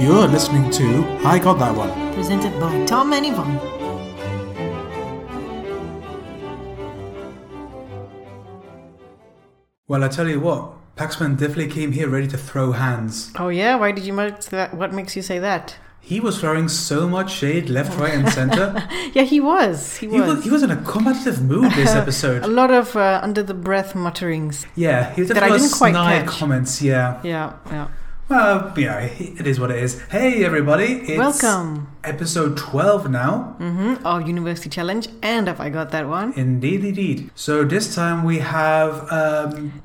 You're listening to I Got That One. presented by Tom and Yvonne. Well, I tell you what, Paxman definitely came here ready to throw hands. Oh yeah, why did you make that? What makes you say that? He was throwing so much shade left, right, and center. Yeah, he was. He he, was, was. he was in a combative mood this a episode. lot of uh, under the breath mutterings. Yeah, he was That I definitely didn't quite snide catch. comments. Yeah. Yeah, yeah. Well, you know, it is what it is. Hey, everybody! It's Welcome. Episode twelve now. Mm-hmm. Our university challenge, and if I got that one, Indeed, indeed. So this time we have um,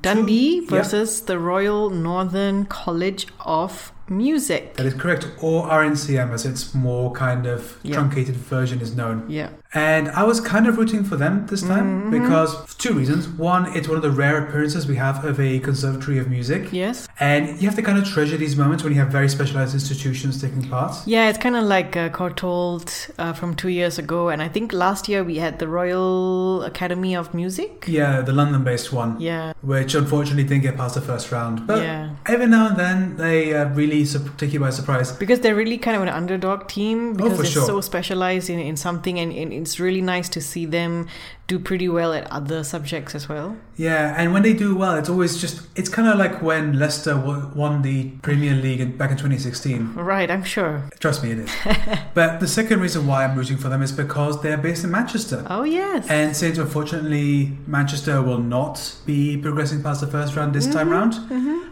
two- Dundee yeah, versus the Royal Northern College of Music. that is correct, or RNCM as its more kind of Yeah. truncated version is known. Yeah, And I was kind of rooting for them this time because for two reasons. One, it's one of the rare appearances we have of a conservatory of music. yes. And you have to kind of treasure these moments when you have very specialized institutions taking part. Yeah, it's kind of like uh, Courtauld uh, from two years ago, and I think last year we had the Royal Academy of Music. Yeah, the London based one, Yeah, which unfortunately didn't get past the first round. But yeah. every now and then they uh, really su- take you by surprise. because they're really kind of an underdog team because Oh, for they're sure. so specialized in, in something and, and it's really nice to see them do pretty well at other subjects as well Yeah, and when they do well, it's always just, it's kind of like when Leicester w- won the Premier League in, back in 2016. right i'm sure Trust me, it is. but the second reason why I'm rooting for them is because they're based in Manchester. oh yes And since unfortunately Manchester will not be progressing past the first round this time round,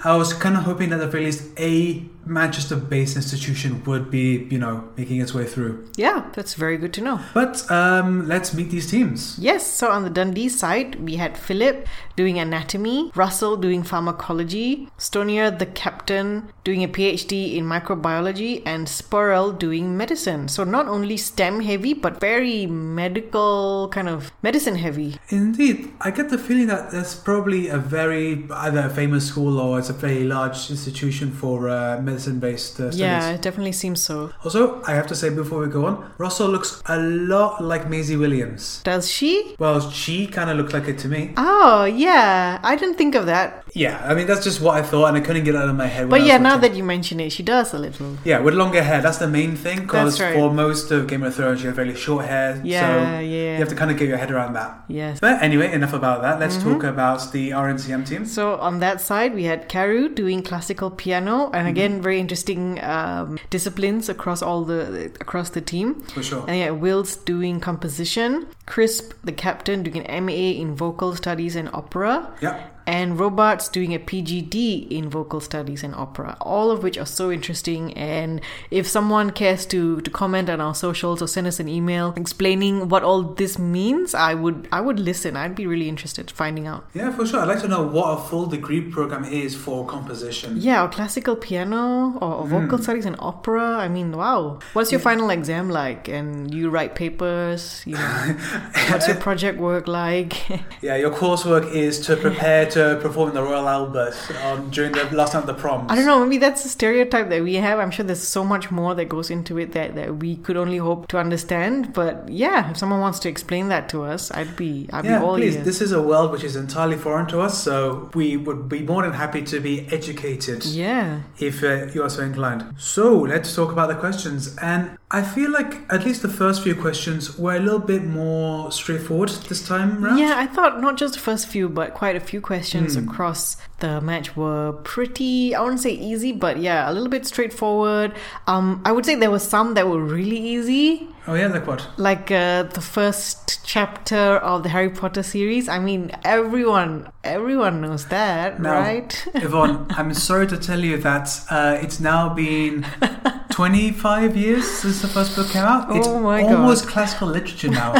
I was kind of hoping that at the very least a Manchester-based institution would be, you know, making its way through. yeah that's very good to know But um, let's meet these teams. Yes, so on the Dundee side, we had Philip doing anatomy, Russell doing pharmacology, Stonier, the captain, doing a PhD in microbiology, and Sporrell doing medicine. So not only STEM heavy, but very medical kind of medicine heavy. Indeed, I get the feeling that there's probably a very either a famous school or it's a very large institution for uh, medicine-based uh, studies. Yeah, it definitely seems so. Also, I have to say before we go on, Russell looks a lot like Maisie Williams. Does she? Well, she kind of looked like it to me. Oh, yeah. I didn't think of that. Yeah, I mean that's just what I thought, and I couldn't get it out of my head. when But I yeah, was now watching. that you mention it, she does a little. yeah, with longer hair, that's the main thing. Because That's right. for most of Game of Thrones, you have really short hair. Yeah, so yeah. You have to kind of get your head around that. Yes. But anyway, enough about that. Let's Mm-hmm. talk about the RNCM teams. So on that side, we had Karu doing classical piano, and again, very interesting um, disciplines across all the across the team. For sure. And yeah, Wills doing composition, Crisp, the captain, doing an MA in vocal studies and opera. Yeah. and robots doing a PGD in vocal studies and opera, all of which are so interesting. And if someone cares to, to comment on our socials or send us an email explaining what all this means, I would I would listen. I'd be really interested finding out. Yeah, for sure. I'd like to know what a full degree program is for composition. Yeah, or classical piano or, or vocal studies and opera. I mean, wow. What's your final exam like? And you write papers, you know, what's your project work like? Yeah, your coursework is to prepare to perform in the Royal Albert um, during the last night of the proms. I don't know. Maybe that's a stereotype that we have. I'm sure there's so much more that goes into it that, that we could only hope to understand. But yeah, if someone wants to explain that to us, I'd be I'd Yeah, be all please. ears. This is a world which is entirely foreign to us, so we would be more than happy to be educated. yeah, if uh, you are so inclined. So let's talk about the questions. And I feel like at least the first few questions were a little bit more straightforward this time round. Hmm. yeah. I thought not just the first few, but quite a few questions across the match were pretty. I wouldn't say easy, but yeah, a little bit straightforward. Um, I would say there were some that were really easy. Oh yeah, like what? like uh, the first chapter of the Harry Potter series. I mean, everyone everyone knows that, No. right? Yvonne, I'm sorry to tell you that uh, it's now been 25 years since the first book came out. It's Oh my God. almost classical literature now.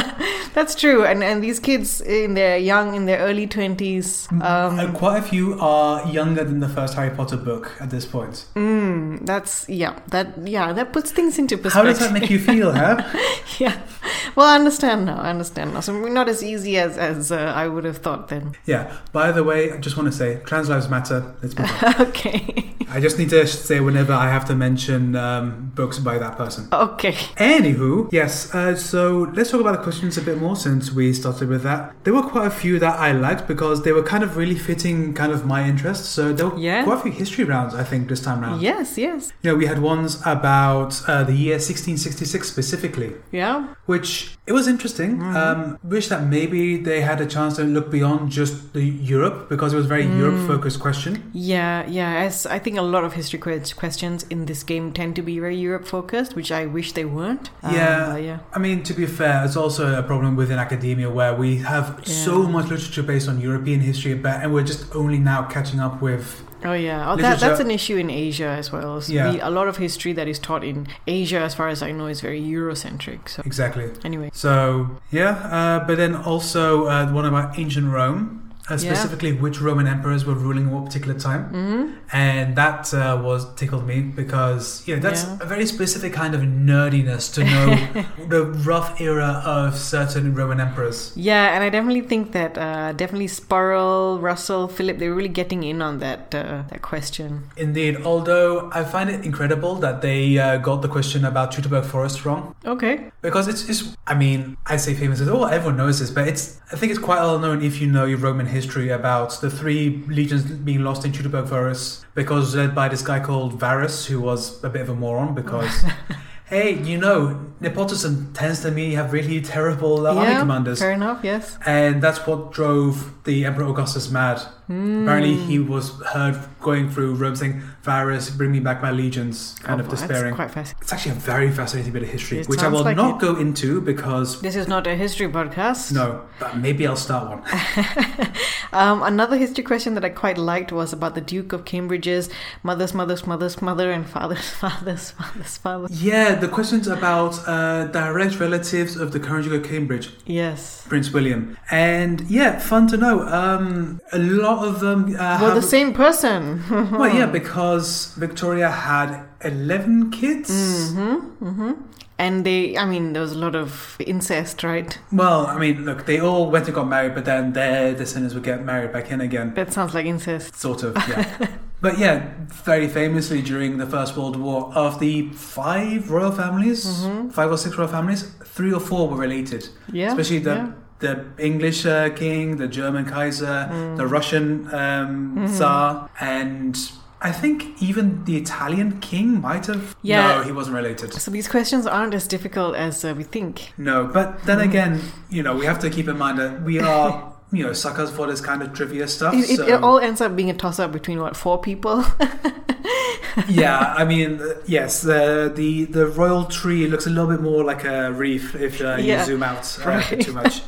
That's true. And and these kids in their young in their early twenties. Mm-hmm. Um, and quite a few are younger than the first Harry Potter book at this point. mm, that's yeah. That yeah. That puts things into How does perspective. that make you feel, huh? yeah. Well, I understand now. I understand now. So not as easy as as uh, I would have thought then. Yeah. By the way, I just want to say, trans lives matter. Let's move on. okay. I just need to say whenever I have to mention um, books by that person. Okay. Anywho, yes, uh, so let's talk about the questions a bit more since we started with that. There were quite a few that I liked because they were kind of really fitting kind of my interests. So there were Yeah. quite a few history rounds, I think, this time round. Yes, yes. You know, we had ones about uh, the year 1666 specifically, Yeah. which it was interesting. Mm-hmm. Um, wish that maybe they had a chance to look beyond just the Europe because it was a very Mm. Europe-focused question. Yeah, yeah. As I think a lot of history que- questions in this game tend to be very Europe focused, which I wish they weren't. Uh, Yeah. yeah. I mean, to be fair, it's also a problem within academia where we have so Yeah. much literature based on European history, but and we're just only now catching up with. Oh yeah, oh, that, Literature- that's an issue in Asia as well. So Yeah. the, a lot of history that is taught in Asia, as far as I know, is very Eurocentric. So Exactly. anyway, So yeah, uh, but then also uh, one about ancient Rome, uh, Yeah. specifically which Roman emperors were ruling at what particular time, and that uh, was tickled me because yeah, that's Yeah. a very specific kind of nerdiness to know the rough era of certain Roman emperors. yeah, and I definitely think that uh, definitely Sparrow, Russell, Philip, they're really getting in on that uh, that question. Indeed, although I find it incredible that they uh, got the question about Teutoburg Forest wrong. Okay, Because it's, it's, I mean, I say famous as, oh, everyone knows this, but it's, I think it's quite well known if you know your Roman history about the three legions being lost in Teutoburg Varus because led by this guy called Varus, who was a bit of a moron because, hey, you know, Nepotus and Tenstami have really terrible uh, army yeah, commanders. fair enough. Yes. And that's what drove the Emperor Augustus mad. Hmm. Apparently, he was heard going through Rome saying, Varus, bring me back my legions, kind Oh, of well, that's despairing. quite fascinating. It's actually a very fascinating bit of history, It which I sounds will like not it. go into because This is not a history podcast. no, but maybe I'll start one. Um, another history question that I quite liked was about the Duke of Cambridge's mother's mother's mother's mother and father's father's father's father. yeah, the questions about uh, direct relatives of the current Duke of Cambridge, Yes. Prince William, and yeah, fun to know. Um, a lot of them. Uh, Well, the have- same Hmm. person. Well, yeah, because Victoria had eleven kids. Hmm. Mm-hmm, And they, I mean, there was a lot of incest, right? Well, I mean, look, they all went and got married, but then their descendants would get married back in again. That sounds like incest. Sort of, yeah. but yeah, very famously during the First World War, of the five royal families, five or six royal families, three or four were related. Mm-hmm. Yeah, Especially the yeah. the English uh, king, the German Kaiser, Mm. the Russian um, Mm-hmm. Tsar, and I think even the Italian king might have. Yeah. No, he wasn't related. So these questions aren't as difficult as uh, we think. No, but then Mm-hmm. again, you know, we have to keep in mind that we are, you know, suckers for this kind of trivia stuff. It, it, so. it all ends up being a toss up between what four people. yeah, I mean, uh, yes, the the the royal tree looks a little bit more like a reef if uh, Yeah, you zoom out uh, right. too much.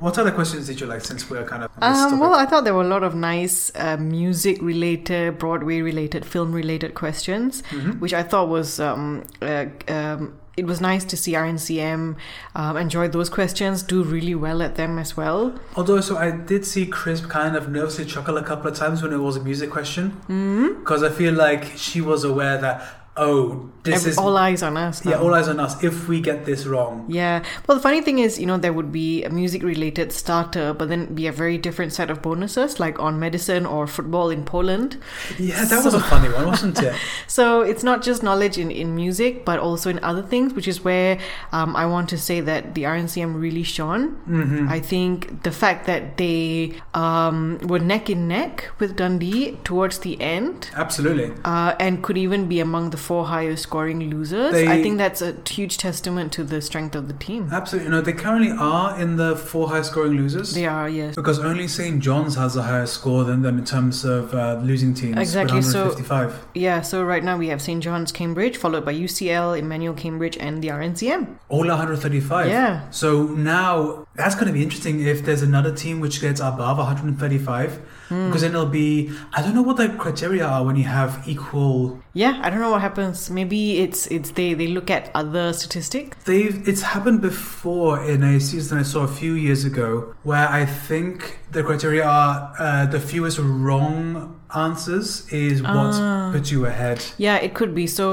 What other questions did you like since we're kind of on this Um, topic? well, I thought there were a lot of nice uh, music related, Broadway related, film related questions, Mm-hmm. which I thought was. Um, uh, um, it was nice to see RNCM um, enjoy those questions, do really well at them as well. Although, so I did see Crisp kind of nervously chuckle a couple of times when it was a music question Mm-hmm. because I feel like she was aware that oh, this Every- is all eyes on us. yeah, now. all eyes on us. If we get this wrong, Yeah. Well, the funny thing is, you know, there would be a music related starter, but then be a very different set of bonuses, like on medicine or football in Poland. yeah, that was a funny one, wasn't it? So it's not just knowledge in, in music, but also in other things, which is where um, I want to say that the RNCM really shone. Mm-hmm. I think the fact that they um, were neck in neck with Dundee towards the end. Absolutely. Uh, and could even be among the four highest scoring losers. They- I think that's a huge testament to the strength of the team. Absolutely. No, they currently are in the four highest scoring losers. They are, yes. Because only St. John's has a higher score than them in terms of uh, losing teams. Exactly, With so- 155. Yeah, so right now we have St. John's Cambridge, followed by UCL, Emmanuel Cambridge, and the RNCM. All 135. Yeah. So now that's going to be interesting if there's another team which gets above 135. Hmm. Because then it'll be, I don't know what the criteria are when you have equal. Yeah, I don't know what happens. Maybe it's it's they they look at other statistics. They've, it's happened before in a season I saw a few years ago where I think the criteria are uh, the fewest wrong answers is what Ah. put you ahead. Yeah, it could be. So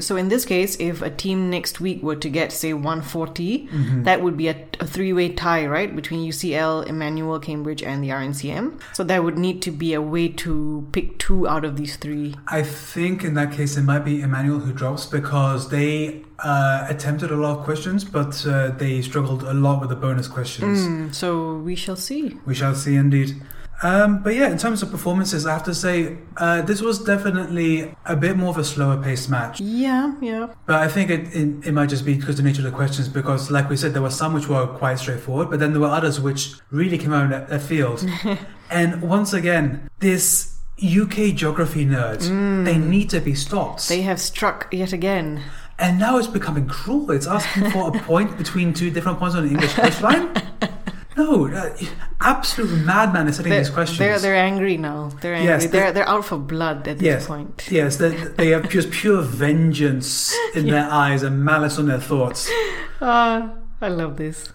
so in this case, if a team next week were to get say 140, that would be a, a three-way tie, right, between UCL, Emmanuel, Cambridge, and the RNCM. So there would need to be a way to pick two out of these three. I think in that case it might be Emmanuel who drops because they uh, attempted a lot of questions, but uh, they struggled a lot with the bonus questions. Mm, so we shall see. We shall see indeed. Um, but yeah, in terms of performances, I have to say uh, this was definitely a bit more of a slower paced match. Yeah, yeah. But I think it, it, it might just be because of the nature of the questions, because like we said, there were some which were quite straightforward, but then there were others which really came out of left field. and once again, this UK geography nerd, they need to be stopped. Mm. They have struck yet again. and now it's becoming cruel. It's asking for a point between two different points on the English coastline. No, uh, absolute madman is setting They're, these questions. they're they're angry now. They're angry. Yes, they're they- they're out for blood at this Yes. point. Yes, they, they have just pure vengeance in their eyes and malice on their thoughts. Ah, I love this.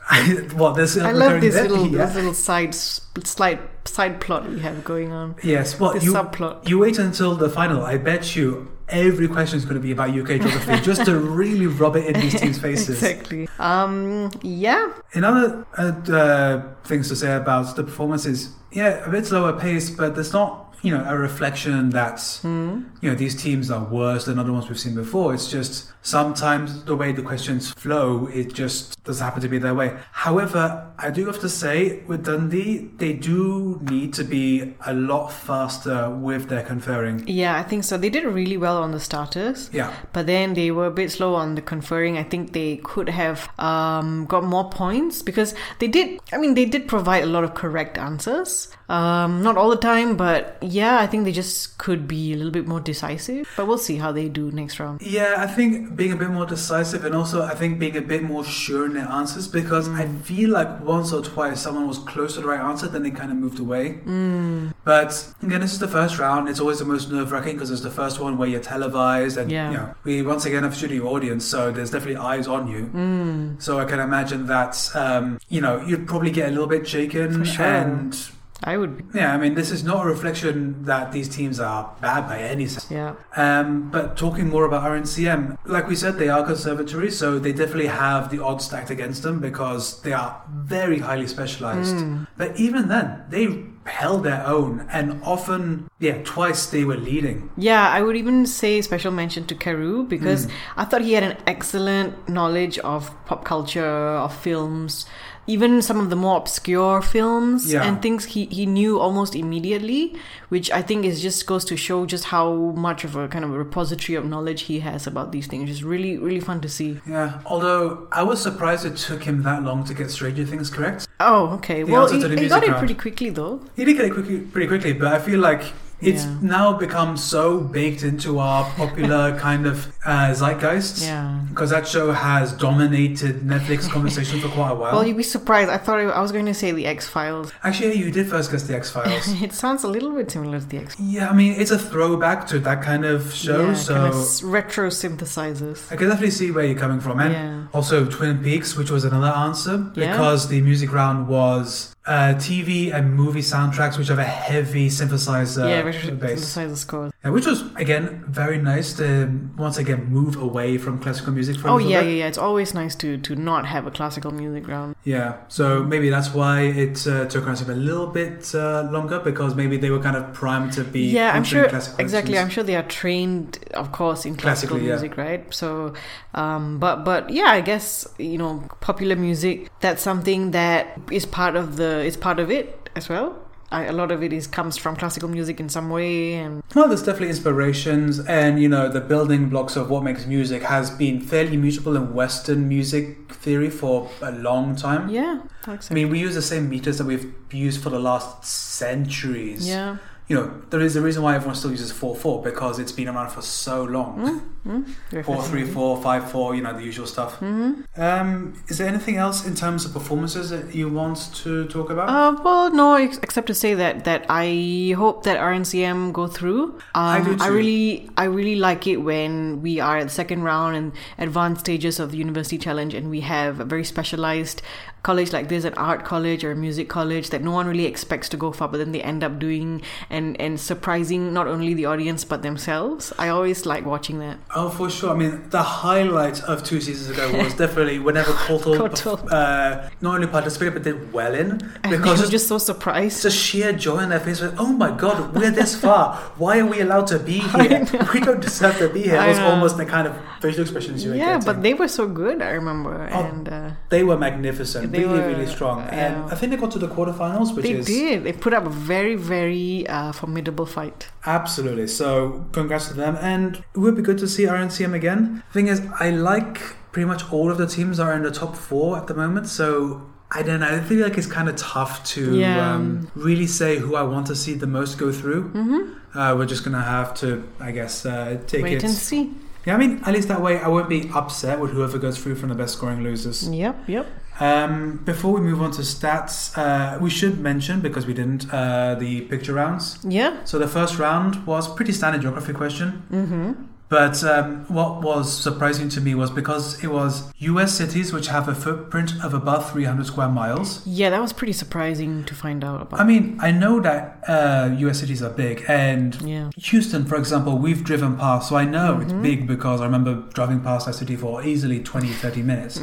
what this? I love recurring this bit? little Yeah. this little side side side plot we have going on. Yes, well, This you, subplot. you wait until the final. I bet you every question is going to be about UK geography, just to really rub it in these teams' faces. Exactly. Um. Yeah. In other uh, uh, things to say about the performances, yeah, a bit slower pace, but there's not, you know, a reflection that, you know, these teams are worse than other ones we've seen before. It's just sometimes the way the questions flow, it just doesn't happen to be their way. However, I do have to say with Dundee, they do need to be a lot faster with their conferring. Yeah. I think so. They did really well on the starters. Yeah. But then they were a bit slow on the conferring. I think they could have um, got more points because they did. I mean, they did provide a lot of correct answers. Um, not all the time, but yeah, I think they just could be a little bit more decisive. But we'll see how they do next round. Yeah, I think being a bit more decisive and also I think being a bit more sure in their answers because I Mm. feel like once or twice someone was close to the right answer, then they kind of moved away. Mm. But again, this is the first round. It's always the most nerve wracking because it's the first one where you're televised and Yeah. you know, we once again have a studio audience, so there's definitely eyes on you. Mm. So I can imagine that, um, you know, you'd probably get a little bit shaken For sure. and. I would. Yeah, I mean, this is not a reflection that these teams are bad by any sense. Yeah. Um, but talking more about RNCM, like we said, they are conservatories, so they definitely have the odds stacked against them because they are very highly specialized. Hmm. But even then, they held their own, and often, yeah, twice they were leading. Yeah, I would even say special mention to Carew because Hmm. I thought he had an excellent knowledge of pop culture, of films, even some of the more obscure films Yeah. and things he, he knew almost immediately, which I think is just goes to show just how much of a kind of a repository of knowledge he has about these things. Just really, really fun to see. Yeah, although I was surprised it took him that long to get Stranger Things correct. Oh, okay. The well, answer he, to the he got music it round. pretty quickly though. He did get it quickly, pretty quickly, but I feel like it's Yeah. now become so baked into our popular kind of uh, zeitgeist. Yeah. Because that show has dominated Netflix conversation for quite a while. Well, you'd be surprised. I thought I I was going to say the X Files. Actually, you did first guess the X Files. It sounds a little bit similar to the X. yeah, I mean, it's a throwback to that kind of show, yeah, so kind of s- retro synthesizers. I can definitely see where you're coming from. And Yeah. also Twin Peaks, which was another answer Yeah. because the music round was uh, TV and movie soundtracks, which have a heavy synthesizer yeah, retro base, synthesizer scores. Yeah, which was again very nice to once again move away from classical music for a Oh little yeah, bit. yeah, yeah. It's always nice to to not have a classical music round. Yeah, so maybe that's why it uh, took us a little bit uh, longer because maybe they were kind of primed to be yeah, I'm answering sure. classical Exactly, questions. I'm sure they are trained, of course, in classical Classically, yeah. music, right? So, um, but but yeah, I guess you know, popular music. That's something that is part of the. It's part of it as well. I, a lot of it is comes from classical music in some way, and Well, there's definitely inspirations, and you know, the building blocks of what makes music has been fairly mutable in Western music theory for a long time. yeah, I think so. I mean, we use the same meters that we've used for the last centuries. yeah, you know, there is a reason why everyone still uses 4 4 because it's been around for so Mm-hmm. long. Very Four three fascinating. four five four, you know, the usual stuff. Mm-hmm. Um, is there anything else in terms of performances that you want to talk about? Uh, well, no, ex- except to say that that I hope that RNCM go through. Um, I do too. really, I really like it when we are at the second round and advanced stages of the university challenge, and we have a very specialized college like this, an art college or a music college that no one really expects to go far, but then they end up doing and and surprising not only the audience but themselves. I always like watching that. Oh, for sure. I mean, the highlight of two seasons ago was definitely whenever Courtauld, Courtauld. uh not only participated but did well in And because I'm it's just just so surprised. the sheer joy on their face. Like, oh my god, we're this far. Why are we allowed to be here? We don't deserve to be here. I It was know. almost the kind of facial expressions you were yeah, getting. but they were so good. I remember, Oh, and uh, they were magnificent, They really, were, really strong. And yeah. I think they got to the quarterfinals, which they is did. They put up a very, very uh, formidable fight. Absolutely. So congrats to them, and it would be good to see RNCM again. Thing is, I like pretty much all of the teams are in the top four at the moment, so. I don't know. I feel like it's kind of tough to Yeah. um, really say who I want to see the most go through. Mm-hmm. Uh, we're just gonna have to, I guess, uh, take Wait it. and see. yeah, I mean, at least that way I won't be upset with whoever goes through from the best scoring losers. Yep, yep. Um, before we move on to stats, uh, we should mention because we didn't uh, the picture rounds. Yeah. So the first round was pretty standard geography question, Mm-hmm. but um, what was surprising to me was because it was U.S. cities which have a footprint of above 300 square miles. Yeah, that was pretty surprising to find out about. I mean, I know that uh, U.S. cities are big, and yeah. Houston, for example, we've driven past, so I know it's big because I remember driving past that city for easily 20, 30 minutes.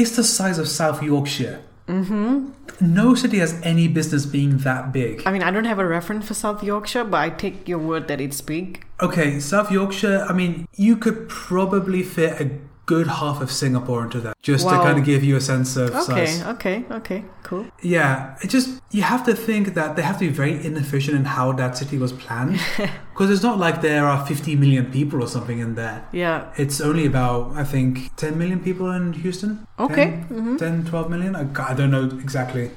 It's the size of South Yorkshire. Mm-hmm. No city has any business being that big. I mean, I don't have a reference for South Yorkshire, but I take your word that it's big. Okay, South Yorkshire, I mean, you could probably fit a good half of Singapore into that, just to Wow. kind of give you a sense of Okay, size. okay, okay, cool. Yeah, it just, you have to think that they have to be very inefficient in how that city was planned. Because it's not like there are 50 million people or something in there. Yeah. It's only about, I think, 10 million people in Houston. Okay. 10, Mm-hmm. 10 12 million? I, I don't know exactly.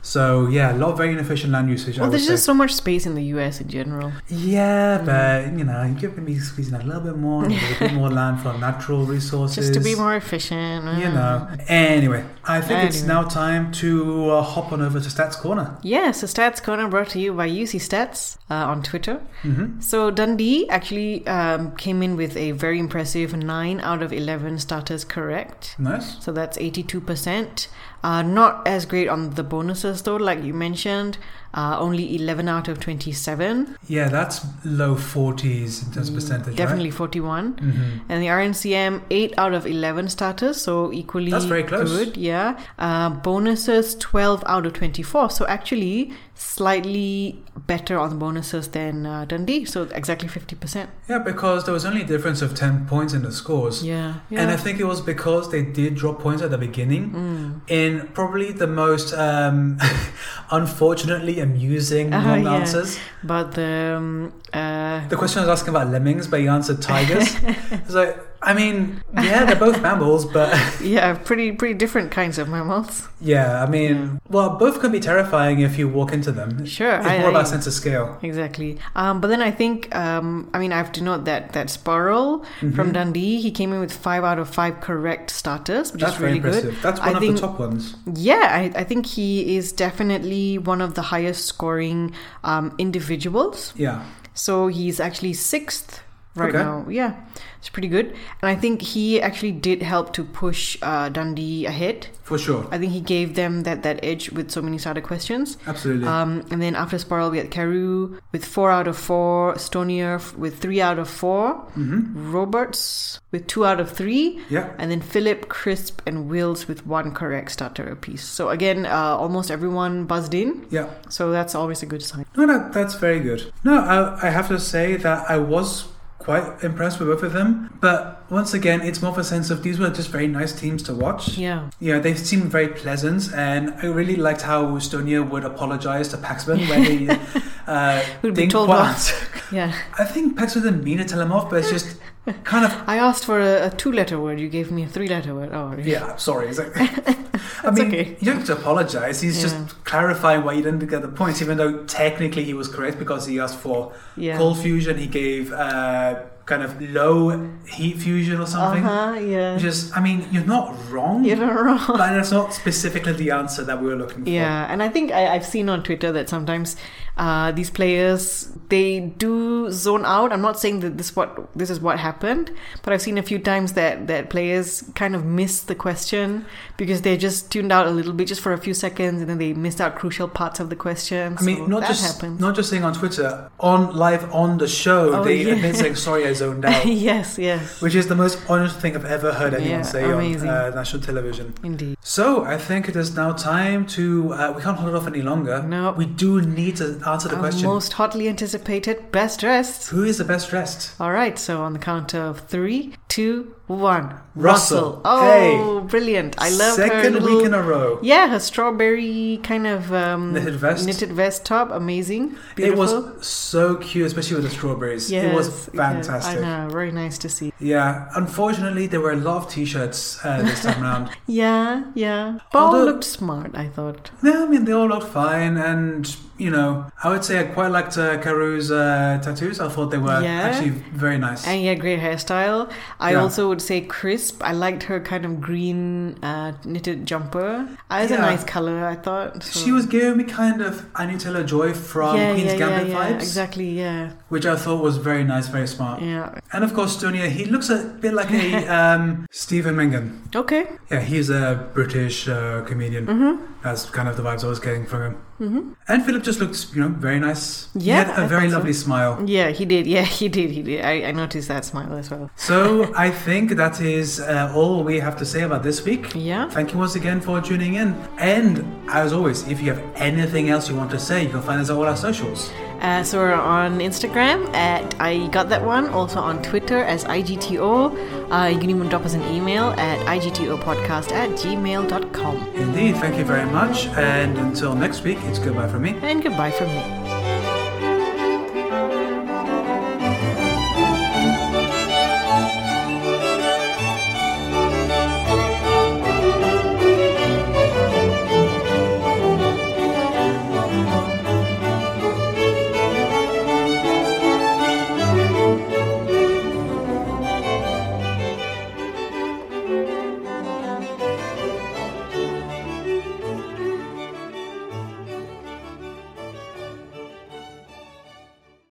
So, yeah, a lot of very inefficient land usage. I Well, would there's say. just so much space in the US in general. Yeah, but you know, you're gonna be squeezing a little bit more, and a little bit more land from natural resources. Just to be more efficient. You uh. know. Anyway, I think it's Anyway. now time to uh, hop on over to Stats Corner. Yes, the Stats Corner brought to you by UC Stats uh, on Twitter. hmm So Dundee actually um, came in with a very impressive 9 out of 11 starters correct. Nice. So that's 82%. Uh, not as great on the bonuses though, like you mentioned. Uh, only 11 out of 27. Yeah, that's low 40s in terms of percentage. Mm, Definitely 41. Right? hmm And the RNCM, 8 out of 11 starters. So equally That's very close. good. Yeah. Uh, bonuses, 12 out of 24. So actually slightly better on the bonuses than uh, Dundee. So exactly 50%. Yeah, because there was only a difference of 10 points in the scores. Yeah. yeah. And I think it was because they did drop points at the beginning Mm. in probably the most um, unfortunately amusing Uh-huh, wrong yeah. answers. But the um, uh, The question I was asking about lemmings, but you answered tigers. it's like, I mean, yeah, they're both mammals, but yeah, pretty pretty different kinds of mammals. yeah, I mean, Yeah. well, both can be terrifying if you walk into them. Sure, It's I- more about I- sense of scale. Exactly. Um, but then I think um, I mean I have to note that that Sporrell Mm-hmm. from Dundee he came in with five out of five correct starters, which That's is very really impressive. good. That's I one of think- the top ones. Yeah, I, I think he is definitely one of the highest scoring um, individuals. Yeah. So he's actually sixth right Okay. now. Yeah, it's pretty good. And I think he actually did help to push uh, Dundee ahead. For sure. I think he gave them that, that edge with so many starter questions. Absolutely. Um, and then after Spiral, we had Carew with four out of four, Stonier f- with three out of four, hmm Roberts with two out of three, Yeah. and then Philip, Crisp, and Wills with one correct starter apiece. So again, uh, almost everyone buzzed in. Yeah. So that's always a good sign. No, no, that's very good. No, I, I have to say that I was quite impressed with both of them, but once again, it's more of a sense of these were just very nice teams to watch. Yeah. Yeah, they seemed very pleasant, and I really liked how Estonia would apologize to Paxman when he uh, Would be didn't told quite off. answer. Yeah. I think Paxman didn't mean to tell him off, but it's just kind of I asked for a, a two letter word, you gave me a three letter word. Oh, really? Yeah, I'm sorry. Is it- I mean, okay. you don't have to apologize. He's Yeah. just clarifying why you didn't get the points, even though technically he was correct because he asked for yeah. cold fusion. He gave uh, kind of low heat fusion or Uh something. huh, yeah. Just, I mean, you're not wrong, You're not wrong. but that's not specifically the answer that we were looking for. Yeah, and I think I, I've seen on Twitter that sometimes uh, these players they do zone out. I'm not saying that this what this is what happened, but I've seen a few times that that players kind of miss the question because they're just tuned out a little bit just for a few seconds, and then they missed out crucial parts of the question. I mean, so not that just happens. not just saying on Twitter, on live on the show, Oh, they yeah. admit saying sorry, I zoned out, yes, yes, which is the most honest thing I've ever heard anyone Yeah, say amazing. on uh, national television. indeed. So I think it is now time to. Uh, we can't hold it off any longer. No. we do need to answer the Our question: most hotly anticipated best dressed. Who is the best dressed? All right, so on the count of three, two, one. Russell. Oh, brilliant! I love her Second little- week in a row. Yeah, her strawberry kind of um, Knitted vest. knitted vest top, amazing. It Beautiful. was so cute, especially with the strawberries. Yes, it was yes, fantastic. Yeah, I know, very nice to see. unfortunately, there were a lot of t-shirts uh, this time around. Yeah, yeah. Paul Although- looked smart, I thought. No, I mean they all looked fine, and you know, I would say I quite liked uh, Karu's uh, tattoos. I thought they were Yeah. actually very nice. And he had great hairstyle. I Yeah. also would say crisp. I liked her kind of green uh, knitted jumper. Uh, It's a Yeah. nice color, I thought. so- She was giving me kind of Anutella Joy from yeah, Queen's yeah, Gambit yeah, yeah, vibes. Oh. Exactly, yeah, which I thought was very nice, very smart. yeah. And of course, Tonya, he looks a bit like a um, Stephen Mingan. Okay. Yeah, he's a British uh, comedian. Mm-hmm. That's kind of the vibes I was getting from him. Mhm. And Philip just looks, you know, very nice. Yeah, he had a I very thought so. lovely smile. Yeah, he did. Yeah, he did. He did. I, I noticed that smile as well. So I think that is uh, all we have to say about this week. Yeah. Thank you once again for tuning in. And as always, if you have anything else you want to say, you can find us on all our socials. Uh, so we're on Instagram at I got that one. Also on Twitter as IGTO. Uh, you can even drop us an email at IGTOpodcast at gmail.com. Indeed, thank you very much. And until next week, it's goodbye from me. And goodbye from me.